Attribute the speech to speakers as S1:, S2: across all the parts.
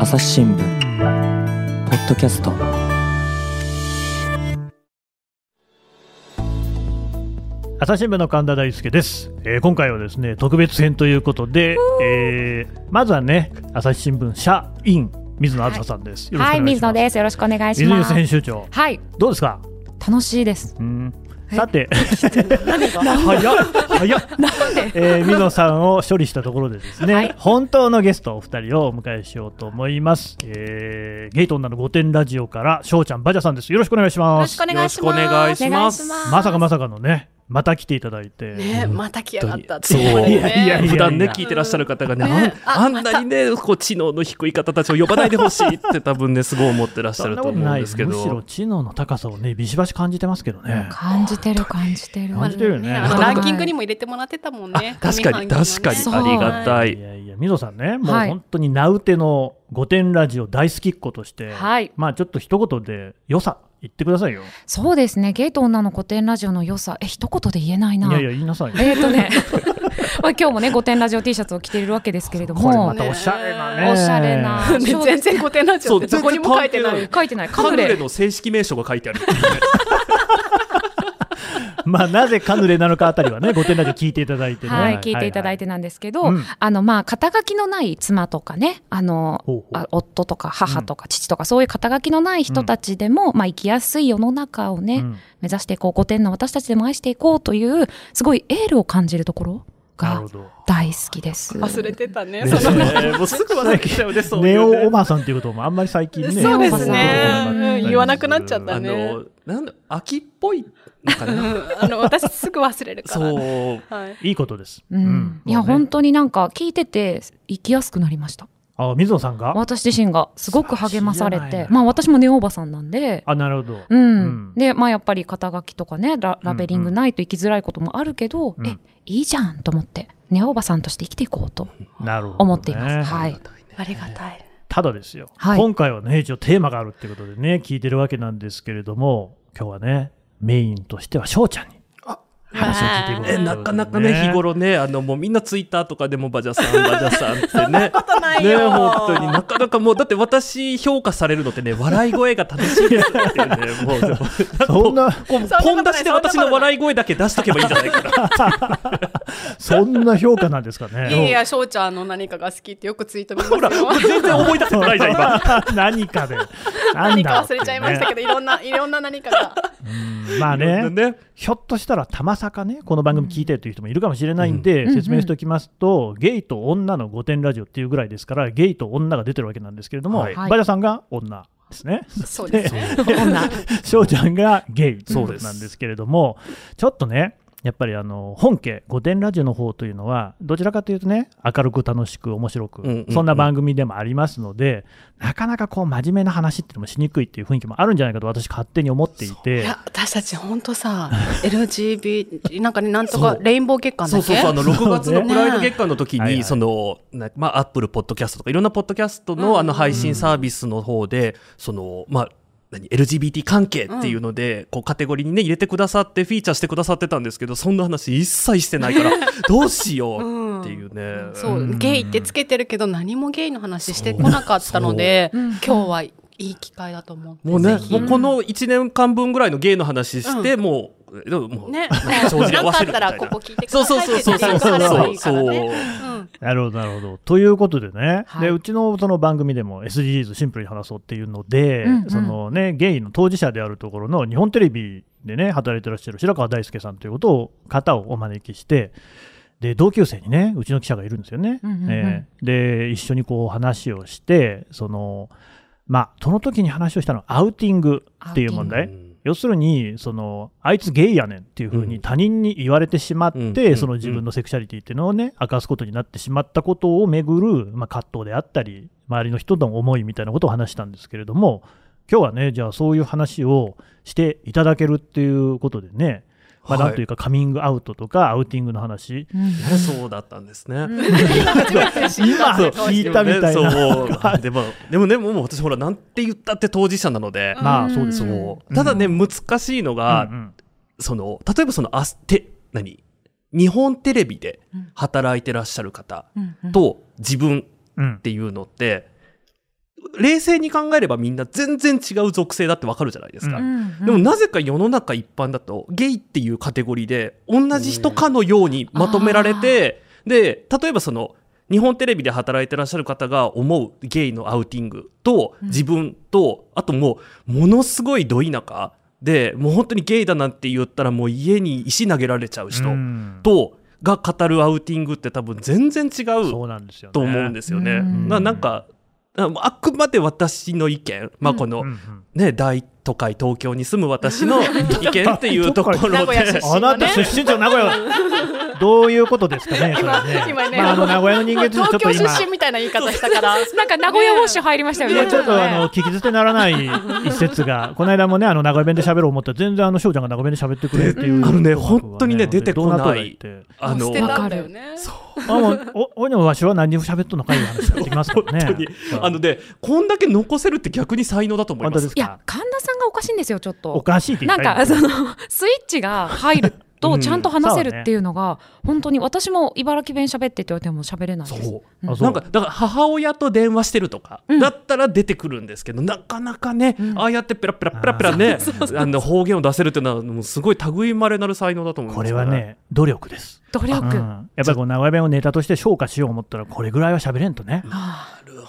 S1: 朝日新聞ポッドキャスト
S2: 朝日新聞の神田大輔です、えー今回はですね特別編ということで、えーまずはね朝日新聞社員水野あずささんです、よろしくお願
S3: は
S2: い
S3: い、
S2: し
S3: 水
S2: ま
S3: 野です。よろしくお願いし
S2: 水野
S3: ます。
S2: 編集長
S3: はい、
S2: どうですか
S3: 楽しいです。
S2: うん
S3: え
S2: さて 早っ早っ
S3: なんで
S2: えー、水野さんを処理したところでですね、
S3: はい
S2: 本当のゲストお二人をお迎えしようと思います、えー、ゲイト女の御殿ラジオからしょうちゃんバジャさんですよろしくお願いし
S3: よ
S2: ま
S3: ろ
S2: す
S3: しくお願いします。
S4: よろしくお願いします
S3: お願い
S2: まさかまさかのねまた来ていただいて、
S4: ね、また来やがったっていうこ
S2: そ
S4: とで
S2: ういやいやいや
S4: ね。普段ね、聞いてらっしゃる方がね、あん
S3: ねあ
S4: あんなにね、こう、知能の低い方たちを呼ばないでほしいって多分ね、すごい思ってらっしゃ
S2: そん
S4: る
S2: な
S4: と
S2: こと
S4: 思うん
S2: ない
S4: で
S2: ですす
S4: け
S2: けどむ
S4: ど。
S2: しろ知能の高さをねビシバシ感じてますけどね
S3: 感じてる感じてる。
S2: 感じてるよね
S4: あ
S5: あの
S4: な
S5: ラ
S4: んか
S5: ンキングにも入れてもらってたもんね。
S4: 確かに、
S5: 上半期
S4: 確かに、
S3: そう
S4: ありがた
S2: い
S4: い。
S2: やいや水野さんねもう
S3: はい
S2: 本当に名うての御殿ラジオ大好きっ子として、
S3: はい
S2: まあちょっと一言で良さ言ってくださいよ
S3: そうですね。ゲイと女の古典ラジオの良さ、え一言で言えない
S2: い
S3: な。
S2: やいや言いなさいよ
S3: えーっとね、 まあ今日もね古典ラジオ T シャツを着ているわけですけれど
S2: これ
S3: も
S2: ま、たおしゃれなね
S3: おしゃれな。
S5: ね
S3: そう
S5: 全然古典ラジオって
S4: そう
S5: どこにも書いてな
S4: 全
S5: い。
S3: 書いてない。
S4: カ
S3: カヌ
S4: ヌレ
S3: レ。
S4: の正式名称が書いてある。
S2: まあなぜカヌレなのかあたりはね御殿ラジオ聞いていただいてね
S3: はい、聞いていただいてなんですけど、
S2: うん
S3: あの、まあ、肩書きのない妻とかね、あの、
S2: ほうほう
S3: あ夫とか母とか父とか、そういう肩書きのない人たちでも、まあ、生きやすい世の中をね、
S2: うん
S3: 目指していこう、古典の私たちでも愛していこうという、すごいエールを感じるところ
S2: なる
S3: が
S2: ほど
S3: 大好きです。
S5: 忘れてたね。
S2: ね
S5: その
S4: ねもうすぐ忘れてきちゃうね、そうい
S2: ネ
S4: うね
S2: オおばさんっていうこともあんまり最近ね
S5: そう
S3: ですね
S5: うん言わなくなっちゃった
S4: あ
S5: ね
S4: の、なんだ、秋っぽいのか
S5: う
S4: な。
S5: んあの私すぐ忘れるから。
S4: そう。
S5: はい。
S2: いいことです
S3: うんいや、
S2: もうね
S3: 本当になんか聞いてて生きやすくなりました。
S2: あ水野さんが
S3: 私自身がすごく励まされ
S2: 素晴らしいじゃ
S3: て
S2: な、い
S3: まあ私もネオおばさんなんで、
S2: あなるほど
S3: う
S2: うん
S3: ん、で、まあ、やっぱり肩書きとかねララベリングないと生きづらいこともあるけど、
S2: うん
S3: えいいじゃんと思ってネオおばさんとして生きていこうと
S2: なるほどね
S3: 思っています、はい、
S5: ありがたい。
S2: ただですよ、
S3: はい
S2: 今回はね一応テーマがあるってことでね聞いてるわけなんですけれども今日はねメインとしては翔ちゃんに話を聞いていこうと
S4: えなかなかね日頃ねあのもうみんなツイッターとかでもバジャさんバジャさんってね
S5: ない
S4: ね
S5: よ
S4: 本当になかなかもうだって私評価されるのってね笑い声が楽しいですってねもうでも
S2: そんな
S4: こうポン出しで私の笑い声だけ出しとけばいいんじゃないかな
S2: そんな評価なんですかね
S5: いやいや、翔ちゃんの何かが好きってよくツイート見ますよ。
S4: 全然思い出せてないじゃん今
S2: 何かで何
S5: 何
S2: だろ
S5: か
S2: うっ
S5: 忘
S2: ていうね
S5: れちゃいましたけど、いろんな、いろんな何かが。
S2: うんまあね
S4: ね
S2: ひょっとしたらたまさかねこの番組聞いてるという人もいるかもしれないんで、
S3: うん
S2: 説明しておきますと、ゲイと女の御殿ラジオっていうぐらいですからゲイと女が出てるわけなんですけれども、
S4: はい
S2: バジャさんが女ですね。
S5: そうですね。
S3: 女
S2: 翔ちゃんがゲイ
S4: そうです
S2: なんですけれどもちょっとねやっぱりあの本家「御殿ラジオ」の方というのはどちらかというとね明るく楽しく面白く、
S4: うんうんうん
S2: そんな番組でもありますのでなかなかこう真面目な話っていうのもしにくいっていう雰囲気もあるんじゃないかと私勝手に思ってい
S5: い
S2: て
S5: や私たち本当さ LGBT なんかねなんとか
S4: そう
S5: レインボー月間だ
S4: そ
S5: っ
S4: う
S5: け
S4: そうそうあの6月のプライド月間の時
S2: はいはい
S4: にそのなまあアップルポッドキャストとかいろんなポッドキャストのあの配信サービスの方でそのまあ何 LGBT 関係っていうので、こうカテゴリーにね入れてくださってフィーチャーしてくださってたんですけどそんな話一切してないから どうしようっていうね、
S5: そう
S2: うん
S5: ゲイってつけてるけど何もゲイの話してこなかったので
S3: そう
S5: 今日はいい機会だと思って
S4: もうね
S5: ぜひ
S4: もうこの1年間分ぐらいの芸の話して、もうえでももう
S5: ね
S4: 正直 合
S5: な
S4: わ
S5: か
S4: せ
S5: っ
S4: る
S5: た
S4: みたいな
S5: らここ聞いてく
S4: そう
S5: だ
S4: そう
S5: さい
S4: そう
S5: って
S4: そう
S5: リ
S4: そ
S5: ン
S4: う
S5: ク貼れば
S4: そ
S5: いういからね
S4: そう。
S5: うん
S2: なるほどなるほどということでね、
S3: はい
S2: でうちのその番組でも SDGs シンプルに話そうっていうので、
S3: うんうん
S2: そのねゲイの当事者であるところの日本テレビでね働いてらっしゃる白川大輔さんということを方をお招きしてで同級生にねうちの記者がいるんですよね。
S3: うんうんうん
S2: ええで一緒にこう話をしてそのまあその時に話をしたのはアウティングっていう問
S3: え
S2: 題。要するにそのあいつゲイやねんっていうふう
S4: う
S2: に
S4: ん
S2: 他人に言われてしまって、
S4: うん
S2: その自分のセクシャリティっていうのをね明かすことになってしまったことをめぐる、まあ、葛藤であったり周りの人の思いみたいなことを話したんですけれども今日はねじゃあそういう話をしていただけるっていうことでね、まあ、
S4: はい
S2: なんというかカミングアウトとかアウティングの話、
S4: ねそうだったんですね。
S2: 今聞いたみたいな
S4: そうそうでもでもねもう私ほらなんて言ったって当事者なので、
S2: まあそうです
S4: そ
S2: よ、
S4: うただね難しいのが、
S2: うんうん
S4: その例えばそのあすて何日本テレビで働いてらっしゃる方と自分
S2: うん
S4: っていうのって冷静に考えればみんな全然違う属性だってわかるじゃないですか。
S2: う
S4: でもなぜか世の中一般だとゲイっていうカテゴリーで同じ人かのようにまとめられて、で、例えばその日本テレビで働いてらっしゃる方が思うゲイのアウティングと自分と、あともうものすごいど田舎で、もう本当にゲイだなんて言ったらもう家に石投げられちゃう人
S2: うん
S4: とが語るアウティングって多分全然違う
S2: そうなんですよね。
S4: と思うんですよね。
S3: うん
S4: ななんかああくまで私の意見、まあ、この、
S2: うんうん
S4: ね、大都会東京に住む私の意見っていうとこ
S5: 名
S4: ろ
S5: 古屋出
S4: で
S5: 身
S2: あなた出身じゃ名古屋 どういうことですかね、それね。
S5: 今ね
S2: まあ、あの名古屋の人間としてちょっと
S5: 東京
S2: 今、
S5: 出身みたいな言い方したから。
S3: なんか名古屋ウォッシュ入りましたよ
S2: い
S3: ね。
S2: やちょっとあの聞き捨てならない一節 が、この間もね、あの名古屋弁で喋ろう思ったら、全然あの翔ちゃんが名古屋弁で喋ってくれるっていう、
S4: あのね本当にね出てこな
S2: どう
S4: い
S2: とは言って
S4: あの
S5: 捨てたんだよね。
S2: あもう、おおいのわしは何にも喋っとんのかいう話ができますからね。
S4: 本当にあのでこんだけ残せるって逆に才能だと思い
S2: 本
S4: ま
S2: 当
S4: す
S2: です
S3: いや
S2: か。
S3: 神田さんがおかしいんですよちょっと
S2: おかしいって言
S3: な
S2: っ
S3: ん
S2: た
S3: かそ
S2: 今
S3: のスイッチが入る
S4: う
S3: と
S4: ん
S3: ちゃんと話せるっていうのが、本当に私も茨城弁喋ってって言われても喋れないです
S4: そう
S2: あそう
S4: なんかだから母親と電話してるとか、だったら出てくるんですけどなかなかね、ああやってペラペラペラペラねあの方言を出せるっていうのはもうすごい類いまれなる才能だと思います
S2: これ
S4: から
S2: はね、努力です。
S3: 努力、
S2: うんやっぱりこう名古屋弁をネタとして消化しよう思ったら、これぐらいは喋れんとね、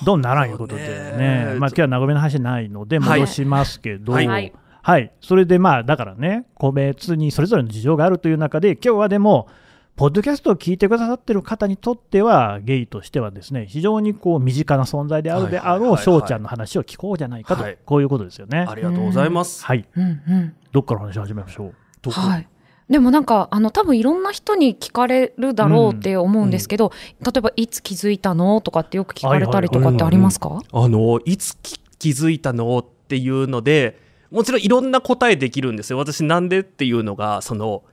S2: どうならんいうことでね、まあ今日は名古屋弁の話ないので、
S4: はい
S2: 戻しますけど、
S4: は
S2: はいい、
S3: はい
S2: それでまあ、だからね、個別にそれぞれの事情があるという中で、今日はでも、ポッドキャストを聞いてくださってる方にとっては、ゲイとしてはですね、非常にこう身近な存在であるであ
S4: はいはいはい
S2: ろ
S4: は
S2: う、
S4: い
S2: 翔ちゃんの話を聞こうじゃないかと、
S4: はい
S2: こういうことですよね。
S4: ありがとうございます、
S2: はい、
S3: うんうん
S2: どっから話し始めましょう。
S4: どこ
S3: はい。でもなんかあの多分いろんな人に聞かれるだろうって思うんですけど、例えばいつ気づいたのとかってよく聞かれたりとかってありますか？
S4: あの、いつき気づいたのっていうので、もちろんいろんな答えできるんですよ。私なんでっていうのが、その、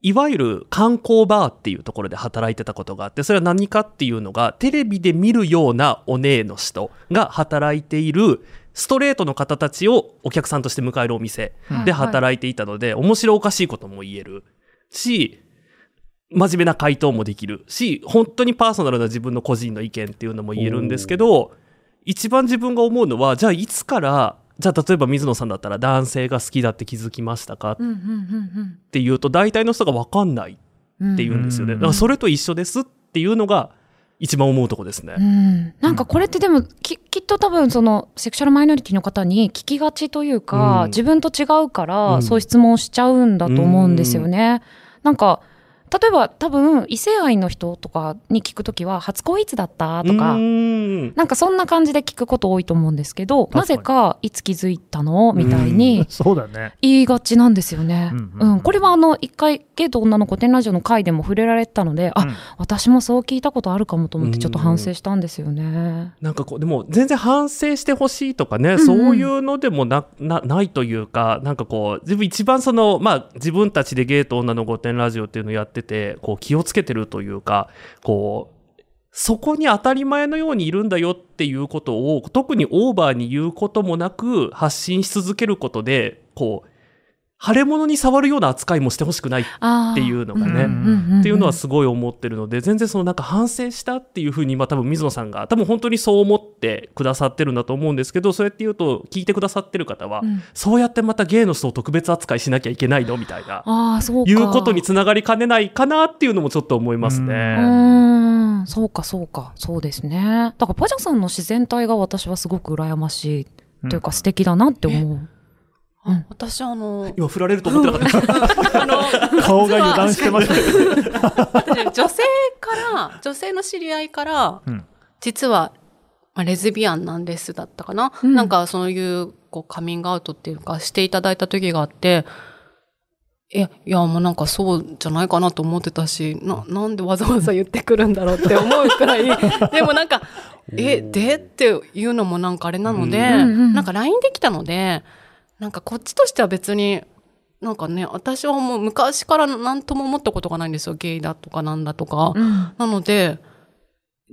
S4: いわゆる観光バーっていうところで働いてたことがあって、それは何かっていうのが、テレビで見るようなお姉の人が働いている、ストレートの方たちをお客さんとして迎えるお店で働いていたので、面白おかしいことも言えるし、真面目な回答もできるし、本当にパーソナルな自分の個人の意見っていうのも言えるんですけど、一番自分が思うのは、じゃあいつから、じゃあ例えば水野さんだったら男性が好きだって気づきましたかっ
S3: うんうんうん
S4: ていうと、大体の人がわかんない
S3: うん。
S4: っていうんですよね。
S2: うん
S4: だからそれと一緒ですっていうのが一番思うとこですね
S3: う。ん、なんかこれってでもききっと多分そのセクシャルマイノリティの方に聞きがちというか、
S4: うん
S3: 自分と違うから、
S4: うん
S3: そういう質問をしちゃうんだと思うんですよね。なんか例えば多分異性愛の人とかに聞くときは初恋いつだったとか、
S4: うーん
S3: なんかそんな感じで聞くこと多いと思うんですけど
S2: 確かに
S3: なぜかいつ気づいたのみたいに
S2: そうだね。
S3: 言いがちなんですよね。
S2: う
S3: うんん
S2: うんうん
S3: これはあの一回ゲイと女の子天ラジオの回でも触れられてたので、あ
S2: うん
S3: 私もそう聞いたことあるかもと思ってちょっと反省したんですよね。
S4: なんかこう、でも全然反省してほしいとかね、
S3: んうん
S4: そういうのでもな、な、ないというか、なんかこう、自分一番その、まあ自分たちでゲート女の御殿ラジオっていうのをやってて、こう気をつけてるというか、こう、そこに当たり前のようにいるんだよっていうことを、特にオーバーに言うこともなく発信し続けることで、こう、腫れ物に触るような扱いもしてほしくない
S3: っ
S4: っていうのがねっていうのはすごい思ってるので、全然そのなんか反省したっていうふうに、まあ多分水野さんが、多分本当にそう思ってくださってるんだと思うんですけど、そうやって言うと、聞いてくださってる方は、
S3: うん
S4: そうやってまたゲイの人を特別扱いしなきゃいけないのみたいな、
S3: ああそうか
S4: いうことにつながりかねないかなっていうのもちょっと思います
S3: う
S4: ね。
S3: ーんそうかそうかそうですねだからパジャさんの自然体が私はすごく羨ましいというか素敵だなって思う、
S5: 私あの、
S4: 今振られると思ってなかった です。
S5: あの、
S2: 顔が油断してますね。
S5: 女性から、女性の知り合いから、
S2: うん
S5: 実は、まあ、レズビアンなんですだったかな、
S3: うん
S5: なんかそういうこうカミングアウトっていうかしていただいた時があって、いや、いや、もうなんかそうじゃないかなと思ってたし、な、なんでわざわざ言ってくるんだろうって思う くらい、でもなんか、え、でっていうのもなんかあれなので、
S3: うんうんうん
S5: なんか LINE できたので、なんかこっちとしては別に、なんかね、私はもう昔から何とも思ったことがないんですよ。ゲイだとかなんだとか。
S3: うん
S5: なので、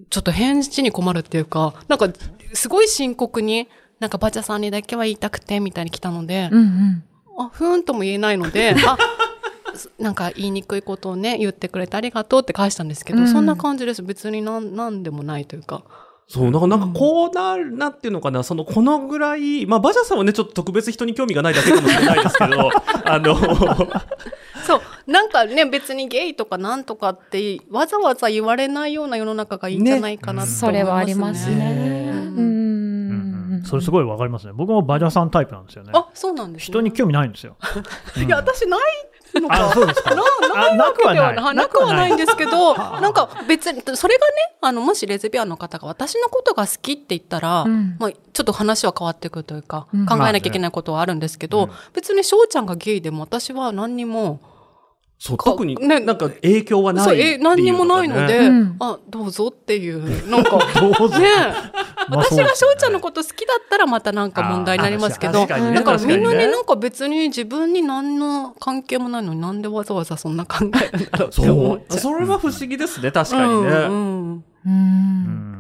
S5: ちょっと返事に困るっていうか、なんか、すごい深刻に、なんかバチャさんにだけは言いたくて、みたいに来たので、
S3: うんうん
S5: あ、ふーんとも言えない ので、あ、すなんか言いにくいことをね、言ってくれてありがとうって返したんですけど、
S3: うん
S5: そんな感じです。別になん、なんでもないというか。
S4: そう、なんか、なんかこうなる、なんていうのかな、その、このぐらい、まあ、バジャさんはね、ちょっと特別人に興味がないだけかもしれないですけ ど、あの、
S5: そうなんかね別にゲイとかなんとかってわざわざ言われないような世の中がいいんじゃないかなと思います、ね
S3: それはありますね。
S5: うん
S3: うん
S2: それすごいわかりますね。僕もバジャさんタイプなんですよね。
S5: あそうなんです、ね、
S2: 人に興味ないんですよ。
S5: いや私ないのか
S2: あ、そうですか。
S5: な
S2: あ
S5: ないわけではない
S2: な
S5: な
S2: く
S5: く
S2: は
S5: は
S2: な
S5: ないいんですけど なんか別にそれがねあのもしレズビアンの方が私のことが好きって言ったら、
S3: うん
S5: まあ、ちょっと話は変わってくるというか、
S3: うん
S5: 考えなきゃいけないことはあるんですけど、
S4: まあね
S5: 別に翔ちゃんがゲイでも私は何にも
S4: そう、
S5: か
S4: 特に、
S5: ね
S4: なんか影響はない
S5: そうえ何にもないので、
S3: ううん
S5: あどうぞっていうな んかね
S2: どうぞ。まあ
S5: 私
S2: そう
S5: が
S2: です
S5: 翔
S2: よね
S5: ちゃんのこと好きだったらまたなんか問題になりますけ
S4: あ
S5: ど
S4: 確かにね
S5: だから
S4: 確か
S5: み
S4: に
S5: ん
S4: ね
S5: なねなんか別に自分に何の関係もないのになんでわざわざそんな考えるんだろうって思っ
S4: そう。
S5: ちゃう。
S4: それは不思議ですね、確かに
S5: う
S4: ね。
S5: んうん
S3: う
S2: うん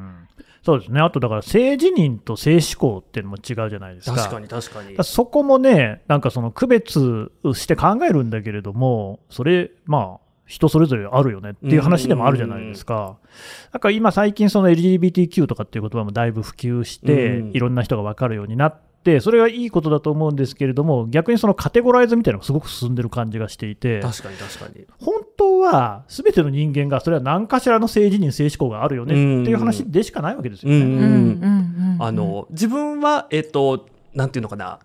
S2: んそうですね。あと、だから、性自認と性思考っていうのも違うじゃないですか。
S4: 確かに、確かに
S2: だから。そこもね、なんかその区別して考えるんだけれども、それ、まあ、人それぞれあるよねっていう話でもあるじゃないですか。なんか今最近その LGBTQ とかっていう言葉もだいぶ普及して、
S4: うん
S2: いろんな人が分かるようになって、それはいいことだと思うんですけれども、逆にそのカテゴライズみたいなのがすごく進んでる感じがしていて、
S4: 確かに、確かに。
S2: 本当は全ての人間がそれは何かしらの性自認、性思考があるよねっていう話でしかないわけですよね。
S4: うん
S3: うん
S4: あの、自分は、えっと、なんていうのかな、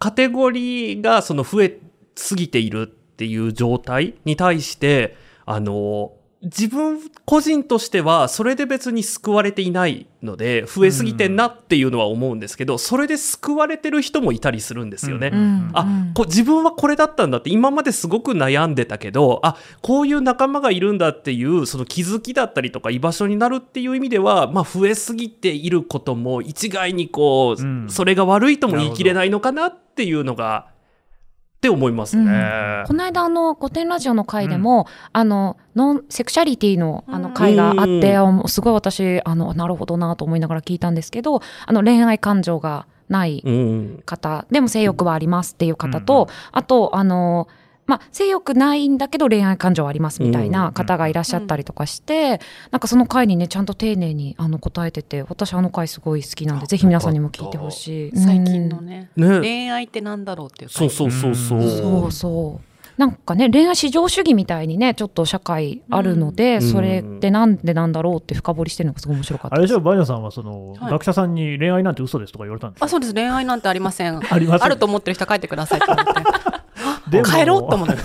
S4: カテゴリーがその増えすぎているっていう状態に対して、あの、自分個人としてはそれで別に救われていないので、増えすぎてんなっていうのは思うんですけど、それで救われてる人もいたりするんですよね。
S2: うん
S3: うん
S4: あこ自分はこれだったんだって今まですごく悩んでたけどあこういう仲間がいるんだっていうその気づきだったりとか居場所になるっていう意味では、まあ、増えすぎていることも一概にこう、
S2: うん
S4: それが悪いとも言い切れないのかなっていうのがって思いますね。
S2: うん
S3: この間あの「御殿ラジオ」の回でも、あのノンセクシャリティのあの回があって、
S4: う
S3: あもうすごい私あのなるほどなと思いながら聞いたんですけどあの恋愛感情がない
S4: うん
S3: 方でも性欲はありますっていう方と、
S2: うんうん
S3: あとあの、まあ、性欲ないんだけど恋愛感情はありますみたいな方がいらっしゃったりとかして、なんかその回にねちゃんと丁寧にあの答えてて私あの回すごい好きなので
S4: あ
S3: ぜひ皆さんにも聞いてほしい。
S5: 最近の
S3: うん
S5: ね、
S4: ね
S5: 恋愛ってなんだろうっていう
S4: そう
S5: う
S4: そうそうそう。
S3: そうそう。なんかね恋愛至上主義みたいにねちょっと社会あるので、
S4: ん
S3: それってなんでなんだろうって深掘りしてるのがすごい面白かっ
S2: あ
S3: た
S2: れ
S3: で
S2: ですしょ、バイナさんはその、
S5: はい
S2: 学者さんに恋愛なんて嘘ですとか言われたんです
S5: あそうです恋愛なんてありません
S2: ありません
S5: ると思ってる人書いてくださいって 言って
S2: でも
S5: 帰ろうと思って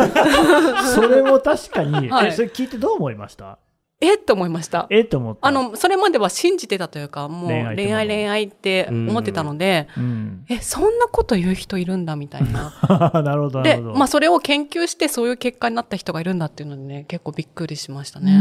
S2: それも確かに、
S5: はい
S2: えそれ聞いてどう思いました
S5: えっと思いました
S2: えっと思った。
S5: あ、のそれまでは信じてたというかもう
S2: 恋愛っても
S5: 恋
S2: の
S5: 愛恋愛って思ってたので
S2: うん。
S5: えそんなこと言う人いるんだみたいな
S2: なるほど、 な
S5: で、
S2: るほど。
S5: まあ、それを研究してそういう結果になった人がいるんだっていうのにね結構びっくりしましたね、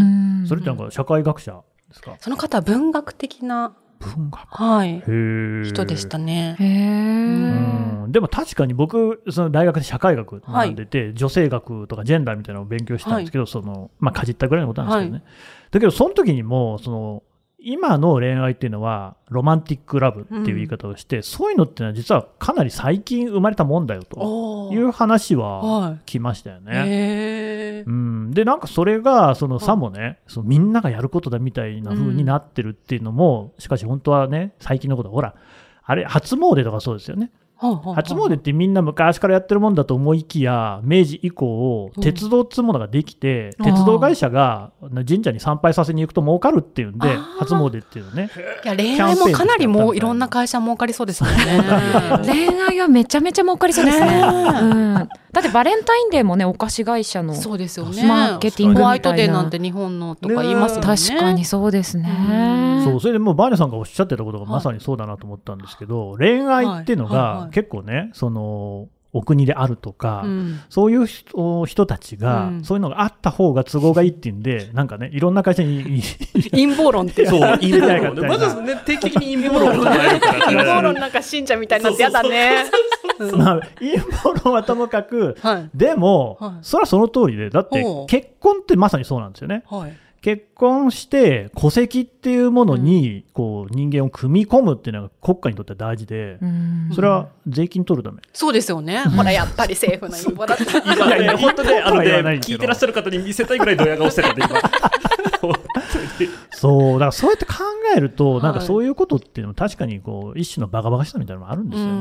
S3: うん
S2: それってなんか社会学者ですか
S5: その方は文学的な、
S2: 文学。
S5: はい、
S2: へえ。
S5: 人でしたね
S3: へ
S2: う
S3: え
S2: ん。でも確かに僕、その大学で社会学学んでて、女性学とかジェンダーみたいなのを勉強してたんですけど、その、まあ、かじったぐらいのことなんですけどね。だけど、その時にも、その、今の恋愛っていうのは、ロマンティックラブっていう言い方をして、そういうのってのは実はかなり最近生まれたもんだよと
S5: お
S2: いう話は
S5: は
S2: 来ましたよね。
S5: い、へえ
S2: うん、でなんかそれがその
S5: い
S2: さもね、そのみんながやることだみたいな風になってるっていうのも、しかし本当はね最近のことはほらあれ初詣とかそうですよね初詣ってみんな昔からやってるもんだと思いきや明治以降
S5: うん
S2: 鉄道っつうものができて、
S3: あー
S2: 鉄道会社が神社に参拝させに行くと儲かるっていうんで
S5: あー
S2: 初詣っていうのね
S5: いや恋愛もかなりもういろんな会社儲かりそうですもんね。
S3: 恋愛はめちゃめちゃ儲かりそうですね
S5: ねえ
S3: うん、だってバレンタインデーもねお菓子会社の
S5: そうですよね。
S3: マーケティングみたいな
S5: ホワイトデーなんて日本のとか言いますもんね。
S3: 確かに。そうですね、
S2: そうそれでもうバーニャさんがおっしゃってたことがまさにそうだなと思ったんですけど、恋愛っていうの
S5: はいはいは
S2: が
S5: い
S2: 結構ねそのお国であるとか、
S5: うん。
S2: そういう人人たちが、
S5: うん
S2: そういうのがあった方が都合がいいっていうん で、なんかね、いろんな会社に、い
S5: 陰謀論って。
S4: そう、陰謀論
S2: みたいな
S4: ね。まずね、定期的に陰謀論を唱えるからね
S5: 陰謀論なんか信者みたいになってやだね。
S2: まあ、陰謀論はともかく、
S5: はい。
S2: でも、
S5: はい
S2: それはその通りで、だって
S5: ほう
S2: 結婚ってまさにそうなんですよね。
S5: はい。
S2: 結婚して戸籍っていうものに、こう人間を組み込むっていうのが国家にとっては大事で、
S3: うん
S2: それは税金取るため。
S5: そうですよね。ほら、やっぱり政府の陰謀だった。
S4: 今
S2: いやい
S4: ね、
S2: や
S4: 本当
S2: いい
S4: ね、
S2: と
S4: あ
S2: は
S4: の
S2: 言
S4: ね
S2: わない、けど
S4: 聞いてらっしゃる方に見せたいぐらいドヤ顔してたんで、今。
S2: そうだからそうやって考えると、なんか
S5: はい
S2: そういうことっていうのも確かにこう一種のバカバカしさみたいなのもあるんですよね。
S5: うん
S2: う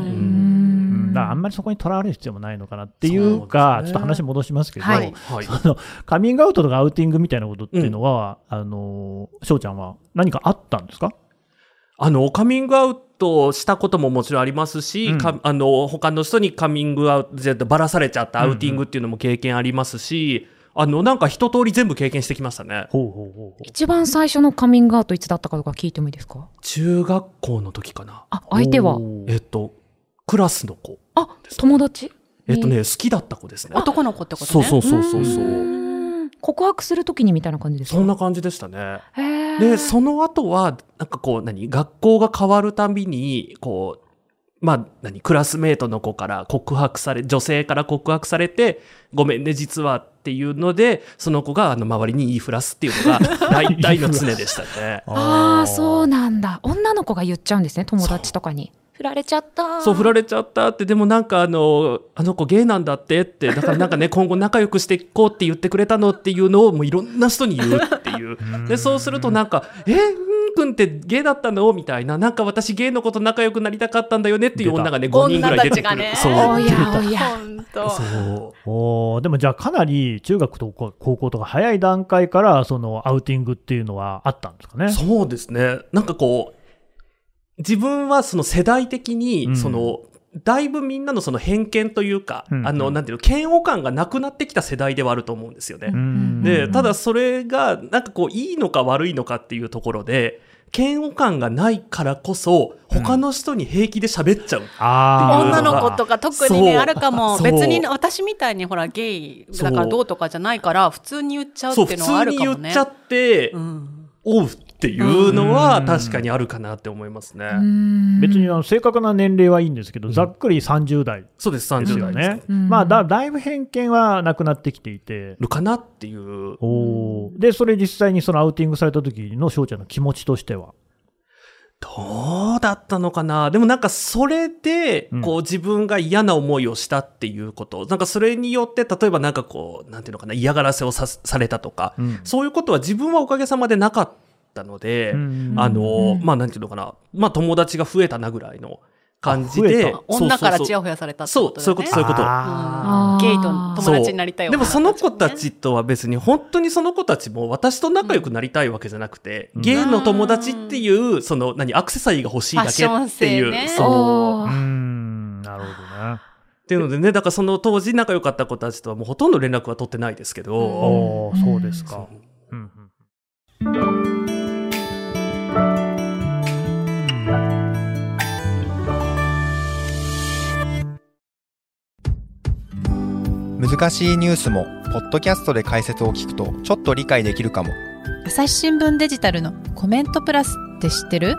S2: んだからあんまりそこにとらわれる必要もないのかなっていうか
S4: そうで
S2: ちょ
S4: すね
S2: っと話戻しますけど、
S3: はい
S4: はい。
S2: そのカミングアウトとかアウティングみたいなことっていうのは、あの翔ちゃんは何かあったんですか
S4: あの、カミングアウトしたことももちろんありますし、
S2: うん
S4: かあの、他の人にカミングアウトじゃ、ばらされちゃったアウティングっていうのも経験ありますし、あの、なんか一通り全部経験してきましたね。
S2: ほうほうほうほ
S3: 一番最初のカミングアウトいつだったかとか聞いてもいいですか
S4: 中学校の時かな。
S3: あ、相手は
S2: おー。
S4: えっと、クラスの子。
S3: あ、友達
S4: えっとね、好きだった子ですね。
S5: 男の子ってことね。
S4: そうそうそうそうそうう。
S3: ーん告白するときにみたいな感じですか
S4: そんな感じでしたね。
S3: へー
S4: で、その後は、なんかこう、何学校が変わるたびに、こう、まあ、何クラスメートの子から告白され、女性から告白されて、ごめんね、実はっていうので、その子が、あの、周りに言いふらすっていうの が、大体の常でしたね
S3: ああそう
S2: う
S3: なんだ女の子が言っちゃうんですね友達とかに振られちゃった
S4: そう、振られちゃったって、でもなんかあの、あの子ゲイなんだってって、だからなんかね、今後仲良くしていこうって言ってくれたのっていうのを、もういろんな人に言うっていう。で、そうするとなんか、えうんくんってゲイだったのみたいな、なんか私ゲイの子と仲良くなりたかったんだよねっていう女がね、5人ぐらい出てくる。
S5: 女たち
S4: そ
S5: がね
S4: う。
S3: おやおや
S5: 本当。
S4: そう。
S2: おーでもじゃあかなり中学とか高校とか早い段階からそのアウティングっていうのはあったんですかね。
S4: そうですね。なんかこう、自分はその世代的
S2: う
S4: に、
S2: ん
S4: その、だいぶみんなのその偏見というか、
S2: うんうん
S4: あの、なんていうの、嫌悪感がなくなってきた世代ではあると思うんですよね。
S2: うん
S4: で、ただそれが、なんかこう、いいのか悪いのかっていうところで、嫌悪感がないからこそ、他の人に平気で喋っちゃう。
S2: あー
S5: 女の子とか特に
S4: そ
S5: ね
S4: う
S5: あるかも
S4: そう
S5: 別にね私みたいにほらゲイだからどうとかじゃないから普通に言っちゃうって
S4: そう、
S5: い
S4: 普
S5: うのはあ
S4: 通
S5: るか
S4: に言
S5: も
S4: っ
S5: ね。
S4: ちゃって、
S5: うん
S4: おうっていうのは
S2: うん
S4: 確かにあるかなって思いますね。
S3: うーん
S2: 別にあの正確な年齢はいいんですけど、ざっくり30代
S4: そうです、
S2: です
S4: 30
S2: よ
S4: 代ですね
S2: ね。
S3: うん
S2: まあだだいぶ偏見はなくなってきていて、
S4: のかなっていう。
S2: おーでそれ実際にそのアウティングされた時の翔ちゃんの気持ちとしては。
S4: どうだったのかなでもなんかそれで
S2: うん、
S4: こう自分が嫌な思いをしたっていうこと。なんかそれによって、例えばなんかこう、なんていうのかな、嫌がらせをさされたとか、そういうことは自分はおかげさまでなかったので、
S2: うん
S4: あの、
S3: うん
S4: まあなんていうのかな、まあ友達が増えたなぐらいの感じ
S2: あ増え
S4: で
S2: た、
S4: そうそ
S5: 女
S4: うそう
S5: からチヤホヤされたって
S4: そ
S5: こ
S4: う、
S5: とだ
S4: そういう
S5: よ
S4: こと、
S5: ね。
S4: そういうこと。
S2: あ
S5: ゲイと
S3: あー
S5: 友達になりたい
S4: でもその子 た
S5: ね
S4: ちとは別に本当にその子たちも私と仲良くなりたいわけじゃなくて、ゲイの友達っていう、その何、アクセサリーが欲しいだけ
S5: ファッ
S4: っ
S5: ション
S4: てい
S5: 性
S4: う、
S5: ね
S2: ー
S4: そう
S3: お。
S2: う
S3: ー
S2: んなるほどね。
S4: っていうのでね、だからその当時仲良かった子たちとはもうほとんど連絡は取ってないですけど、
S2: おーそうですか。うんうん
S6: 難しいニュースもポッドキャストで解説を聞くとちょっと理解できるかも
S7: 朝日新聞デジタルのコメントプラスって知ってる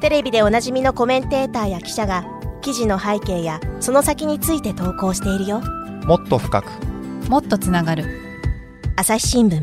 S8: テレビでおなじみのコメンテーターや記者が記事の背景やその先について投稿しているよ
S6: もっと深く
S7: もっとつながる
S8: 朝日新聞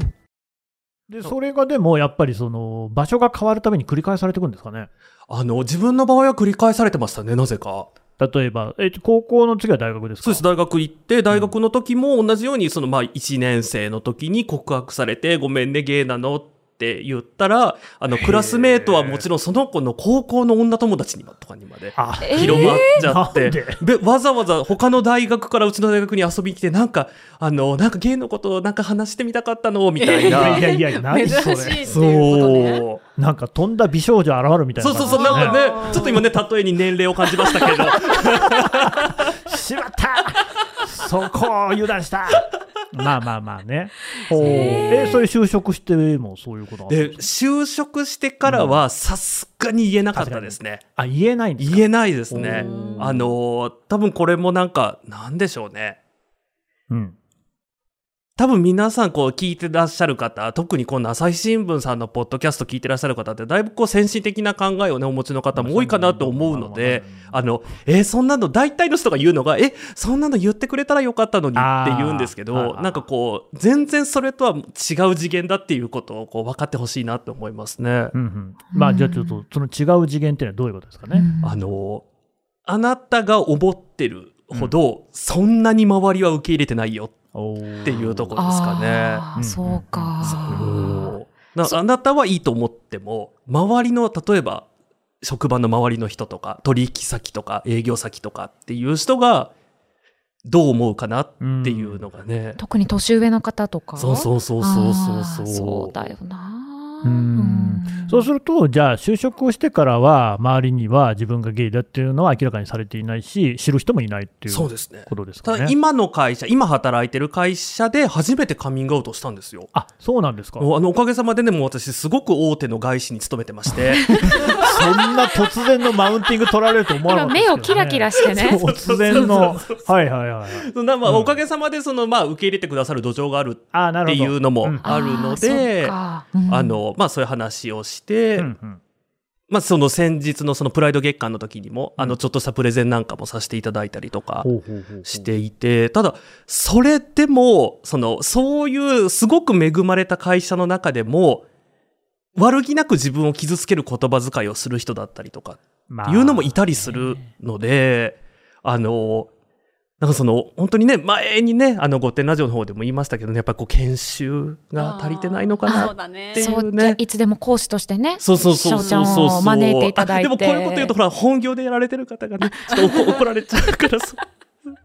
S2: でそれがでもやっぱりその場所が変わるために繰り返されていくんですかね。
S4: あの、自分の場合は繰り返されてましたね、なぜか。
S2: 例えばえ高校の次は大学ですか。
S4: そうです、大学行って、大学の時も同じように、その、まあ、1年生の時に告白されて、ごめんね、ゲイなのって言ったら、あの、クラスメートはもちろん、その子の高校の女友達にもとかにまで。
S2: あ
S3: えー
S4: 広まっちゃって、
S2: なんで
S4: でわざわざ他の大学からうちの大学に遊びに来てなんかあのなんかゲイのことなんか話してみたかったのみたい
S2: い
S4: な、
S2: やいやいや何それ。
S5: 珍しいって
S4: そう
S5: いうことね。
S2: なんか飛んだ美少女現るみたい
S4: そ
S2: な
S4: う
S2: 感
S4: そう
S2: じ
S4: そ
S2: で
S4: う
S2: す
S4: なんかねちょっと今ね例えに年齢を感じましたけ ど
S2: しまったそこを油断 したまあまあまあね。ほうえ、それ就職してもそういうことなん
S4: で
S2: ですか
S4: 就職してからはさすがに言えなかったですね
S2: あ、言えないんですか
S4: 言えないですね
S2: おー
S4: あの多分これもなんかなんでしょうね
S2: うん。
S4: 多分皆さんこう聞いてらっしゃる方、特にこの朝日新聞さんのポッドキャスト聞いてらっしゃる方って、だいぶこう先進的な考えをね、お持ちの方も多いかなと思うので、あの、えーそんなの、大体の人が言うのが、え、そんなの言ってくれたらよかったのに
S2: あ
S4: っ
S2: ー
S4: て言うんですけ
S2: はい
S4: ど、
S2: はい
S4: なんかこう、全然それとは違う次元だっていうことをこう分かってほしいなと思いますね。
S2: うんうん。まあじゃあちょっと、その違う次元っていうのはどういうことですかね。
S4: あの、あなたが思ってるほど、そんなに周りは受け入れてないよ
S2: お
S4: っ
S2: ー
S4: ていうところですかね。
S3: あーそうか
S4: そうなあなたはいいと思っても周りの例えば職場の周りの人とか取引先とか営業先とかっていう人がどう思うかなっていうのがね、
S3: 特に年上の方とか。
S4: そうそうそうそうそう
S3: あ
S4: そ
S3: ー
S4: う
S3: そうだよな。
S2: うんそうすると、じゃあ、就職をしてからは、周りには自分がゲイだっていうのは明らかにされていないし、知る人もいないっていう
S4: そうですね
S2: ことですか
S4: た
S2: ね。
S4: だ今の会社今働いてる会社で初めてカミングアウトしたんですよ
S2: あそうなんですか。
S4: もうあのおかげさまでねもう私すごく大手の外資に勤めてまして
S2: そんな突然のマウンティング取られると思わなか
S3: 今
S2: ったですけど、ね。
S3: 目をキラキラしてね。
S2: 突然の。はいはいはい。
S4: そんなまあおかげさまでその、まあ、受け入れてくださる土壌がある
S2: ああ、な
S4: っ
S2: る
S4: て
S2: ほど。
S4: いうのも
S2: うん
S4: あるので、
S3: あーそっかうん
S4: あの、まあそういう話をして、
S2: うんうん
S4: まあその先日のそのプライド月間の時にも、あのちょっとしたプレゼンなんかもさせていただいたりとか
S2: ほうほうほうほう
S4: していて、ただ、それでも、その、そういうすごく恵まれた会社の中でも、悪気なく自分を傷つける言葉遣いをする人だったりとかっていうのもいたりするので、あの、なんかその、本当にね、前にね、あの、御殿ラジオの方でも言いましたけどね、やっぱこう、研修が足りてないのかな
S5: そうだね
S4: ていうね
S3: そうじゃあいつでも講師としてね。
S4: そうそうそうそう
S3: 翔ちゃん
S4: そう
S3: を招いていただいて
S4: あでもこういうこと言うとほら本業でやられてる方がねちょっと 怒怒られちゃうからそう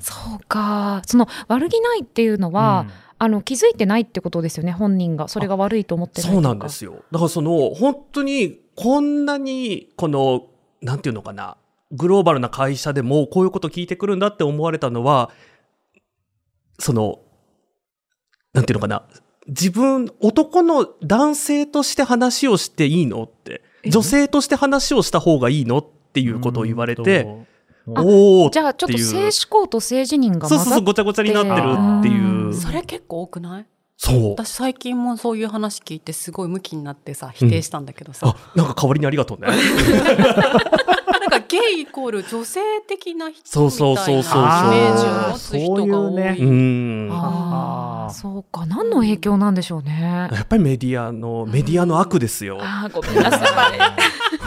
S3: そうか。その悪気ないっていうのは、あの気づいてないってことですよね。本人がそれが悪いと思ってない
S4: そうなんで
S3: よ。
S4: すよだからその本当にこんなにこのなんていうのかなグローバルな会社でもこういうこと聞いてくるんだって思われたのはそのなんていうのかな自分男の男性として話をしていいのって女性として話をした方がいいのっていうことを言われて、
S2: うんと
S4: おお
S3: じゃあちょっと性思考と性自認が
S4: そ
S3: 混
S4: う
S3: ざ
S4: そうそ
S3: っ
S4: う、ごちゃごちゃになってるっていうう。
S3: ん
S5: それ結構多くない
S4: そう。
S5: 私最近もそういう話聞いてすごいムキになってさ否定したんだけどさ、
S4: あ、なんか代わりにありが とうね。
S5: なんかゲイイコール女性的な人みたいな
S4: そうそうそうそう
S5: イメージを持つ人が多い。
S2: あーそういう
S4: うーん。や
S3: あ
S2: あ
S3: あ、
S2: ー
S3: そうか。何の影響なんでしょうね。
S4: っぱりメディアの、メディアの悪ですよ。
S3: ああ、ごめんなさい。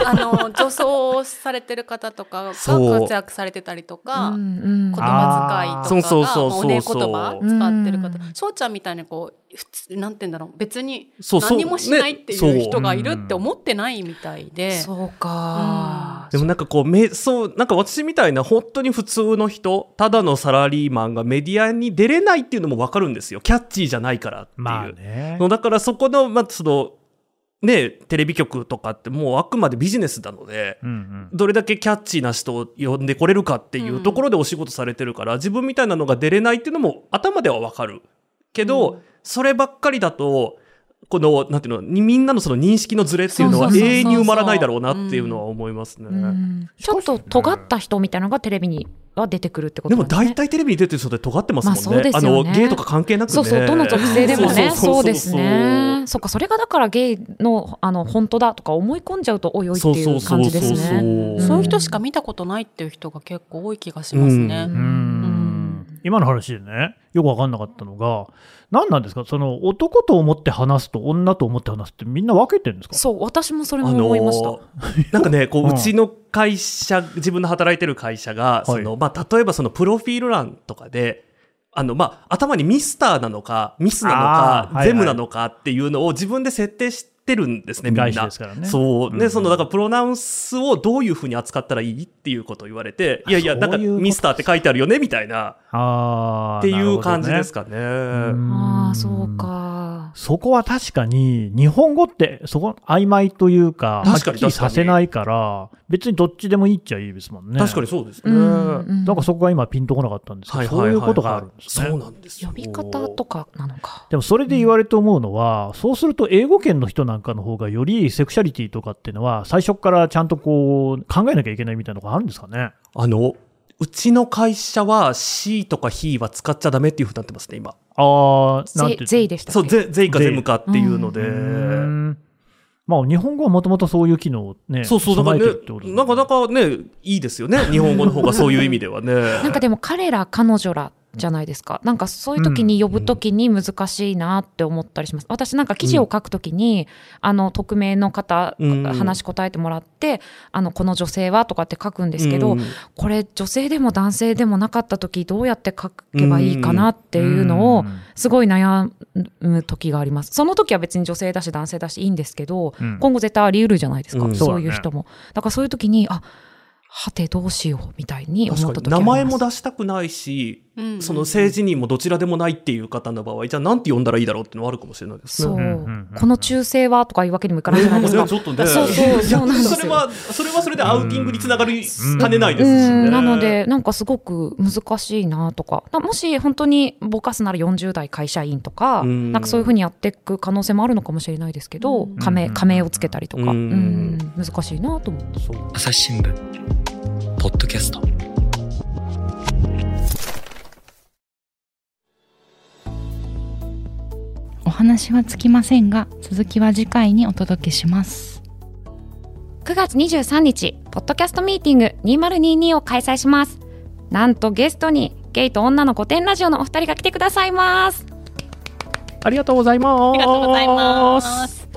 S5: あの女装されてる方とかが
S4: そう
S5: 活躍されてたりとか、
S3: う
S5: 言
S3: んうん
S5: 葉遣いとかが
S2: あー
S5: まあ
S4: そうそうそう
S5: おね言葉
S4: そう
S3: そう
S5: 使ってる方
S3: うん
S5: 翔ちゃんみたいにこう普通なんて言うんだろう別に
S4: そうそう
S5: 何にもしないっていう
S4: ねそ
S5: 人
S4: う
S5: がいるって思ってないみたいで、
S3: そうか。
S4: でもなんかこう、め、そう、なんか私みたいな本当に普通の人、ただのサラリーマンがメディアに出れないっていうのもわかるんですよ。キャッチーじゃないからっていう。
S2: まあね。
S4: のだからそこの、まあ、その、ね、テレビ局とかってもうあくまでビジネスなので、
S2: うんうん
S4: どれだけキャッチーな人を呼んでこれるかっていうところでお仕事されてるから、自分みたいなのが出れないっていうのも頭ではわかるけど、
S5: うん
S4: そればっかりだとこのなんていうのにみんなのその認識のズレっていうのは
S5: そうそうそうそう
S4: 永遠に埋まらないだろうなっていうのは思いますね。
S3: うんちょっと尖った人みたいなのがテレビには出てくるってこ
S4: で
S3: と
S4: も
S3: なんすね
S4: 大体テレビに出てる人って尖ってますもん
S3: まあそ
S4: ね。
S3: うですよね
S4: のゲイとか関係なくね。
S3: そうそう、どの属性でもね、
S4: そうそうそうそう
S3: そうですね。そっか、それがだからゲイの、あの、本当だとか思い込んじゃうと、おいおいっていう感じです
S4: そうそうそうそ
S3: ね。
S4: う
S5: そういう人しか見たことないっていう人が結構多い気がしますね。
S2: うーん今の話でね、よく分かんなかったのが、何なんですか、その男と思って話すと女と思って話すってみんな分けてるんですか
S3: そう、私もそれも思いました。
S4: ーなんかね、こう、
S2: うん
S4: うちの会社、自分の働いてる会社が、その、まあ、例えばそのプロフィール欄とかで、あの、まあ、頭にミスターなのか、ミスなの
S2: あ
S4: か
S2: ー、はいはい
S4: ゼムなのかっていうのを自分で設定してるんですね、みんな。
S2: 外資ですからね
S4: そう。
S2: うんう
S4: で、
S2: ん
S4: その、だからプロナウンスをどういうふうに扱ったらいいっていうことを言われて、いやいや、
S2: そう
S4: なんか
S2: いうこと
S4: ミスターって書いてあるよね、みたいな、
S2: あー
S4: っていう感じです。かね。
S2: なるほどね
S3: ああ、そう。か。
S2: そこは確かに、日本語って、そこ、曖昧というか、
S4: 確か
S2: は
S4: に
S2: っきりさせないから、別にどっちでもいいっちゃいいですもんね。
S4: 確かにそうですね。
S3: うんうん
S2: なんかそこが今ピンとこなかったんですけど、そういうことがあるんですね。
S4: そうなんですよ
S3: 呼び方とかなのか。
S2: でもそれで言われて思うのは、そうすると英語圏の人なんかの方がよりセクシャリティとかっていうのは最初からちゃんとこう考えなきゃいけないみたいなのがあるんですかね。
S4: あの、うちの会社は C とか He は使っちゃダメっていうふうになってますね、今。
S2: ああ、なん
S3: ぜ
S2: て
S3: ぜいでしたっけ
S4: そう、ゼゼイかゼムかっていうので。
S2: うーんまあ日本語はもともとそういう機能をね、
S4: そうそう、だから
S2: 備えて
S4: ね
S2: るってこと、
S4: なかなかね、いいですよね。日本語の方がそういう意味ではね。
S3: なんかでも彼ら彼女らっじゃないですか。なんかそういう時に呼ぶ時に難しいなって思ったりします。私なんか記事を書く時に、あの、匿名の方、
S4: うん
S3: 話し答えてもらって、あの、この女性はとかって書くんですけど、
S4: うん
S3: これ女性でも男性でもなかった時どうやって書けばいいかなっていうのを、すごい悩む時があります。その時は別に女性だし男性だしいいんですけど、
S2: うん
S3: 今後絶対あり得るじゃないですか、
S4: うん
S3: そういう人も。だからそういう時に、あ、はてどうしようみたいに思った
S4: 確か
S3: 時
S4: に名前
S3: あります
S4: も出したくないし、
S5: うん
S4: その政治人もどちらでもないっていう方の場合じゃあなんて呼んだらいいだろうっていうのはあるかもしれないです
S3: そう、
S4: ね。
S2: うんうんうんうん
S3: この中性はとかいうわけにもいかないじゃないです
S4: ね
S3: か。
S4: ちょっとね
S3: そうそう
S4: いや
S3: そうなんですよ
S4: それはそれはそれでアウティングにつながり
S2: うん
S4: かねないですしね、
S3: うん、なので、なんかすごく難しいなとか、なもし本当にぼかすなら40代会社員とか、
S4: うん
S3: なんかそういうふうにやっていく可能性もあるのかもしれないですけど、
S5: うん
S3: 仮名仮名をつけたりとか、
S4: う
S3: うんん、難しいなと思って。
S1: 朝日新聞ポッドキャスト
S9: お話はつきませんが続きは次回にお届けします
S3: 9月23日、ポッドキャストミーティング2022を開催します。なんとゲストに、ゲイと女の古典ラジオのお二人が来てくださいます。
S4: ありがとうございます。あり
S5: がとうございます。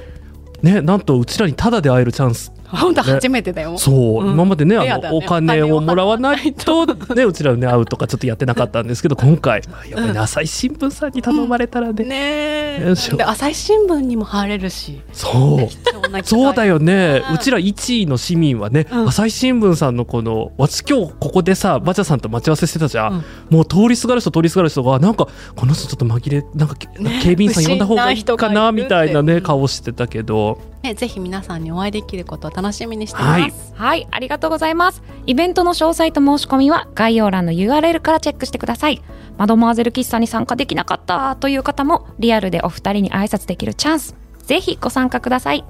S4: ね、なんとうちらにタダで会えるチャンス。
S5: 本当初めてだよ。
S4: そう、
S5: うん
S4: 今までね、
S5: レ
S4: あ
S5: ア
S4: の、
S5: だね
S4: お金をもらわないと、ね、うちらにね、会うとかちょっとやってなかったんですけど、今回、まあやっぱりね朝日新聞さんに頼まれたらね、
S5: ね
S4: よ
S5: え
S4: いしょ
S5: で朝日新聞にも貼れるし
S4: そう。そうだ
S5: よ
S4: よね、
S5: うん
S4: うちら1位の市民はね、
S5: うん
S4: 朝日新聞さんのこの私今日ここでさバチャさんと待ち合わせしてたじゃん、
S5: うん
S4: もう通りすがる人通りすがる人がなんかこの人ちょっと紛れなんか、
S5: ね
S4: 警備員さん呼んだ方がいいか
S5: 不審な人がい
S4: な
S5: るって
S4: みたいなね顔してたけど
S5: ねぜひ皆さんにお会いできることを楽しみにして
S4: は
S5: ま
S4: い
S5: す、
S3: はい、ありがとうございます。イベントの詳細と申し込みは概要欄の URL からチェックしてください。マドモアゼル喫茶に参加できなかったという方も、リアルでお二人に挨拶できるチャンス。ぜひご参加ください。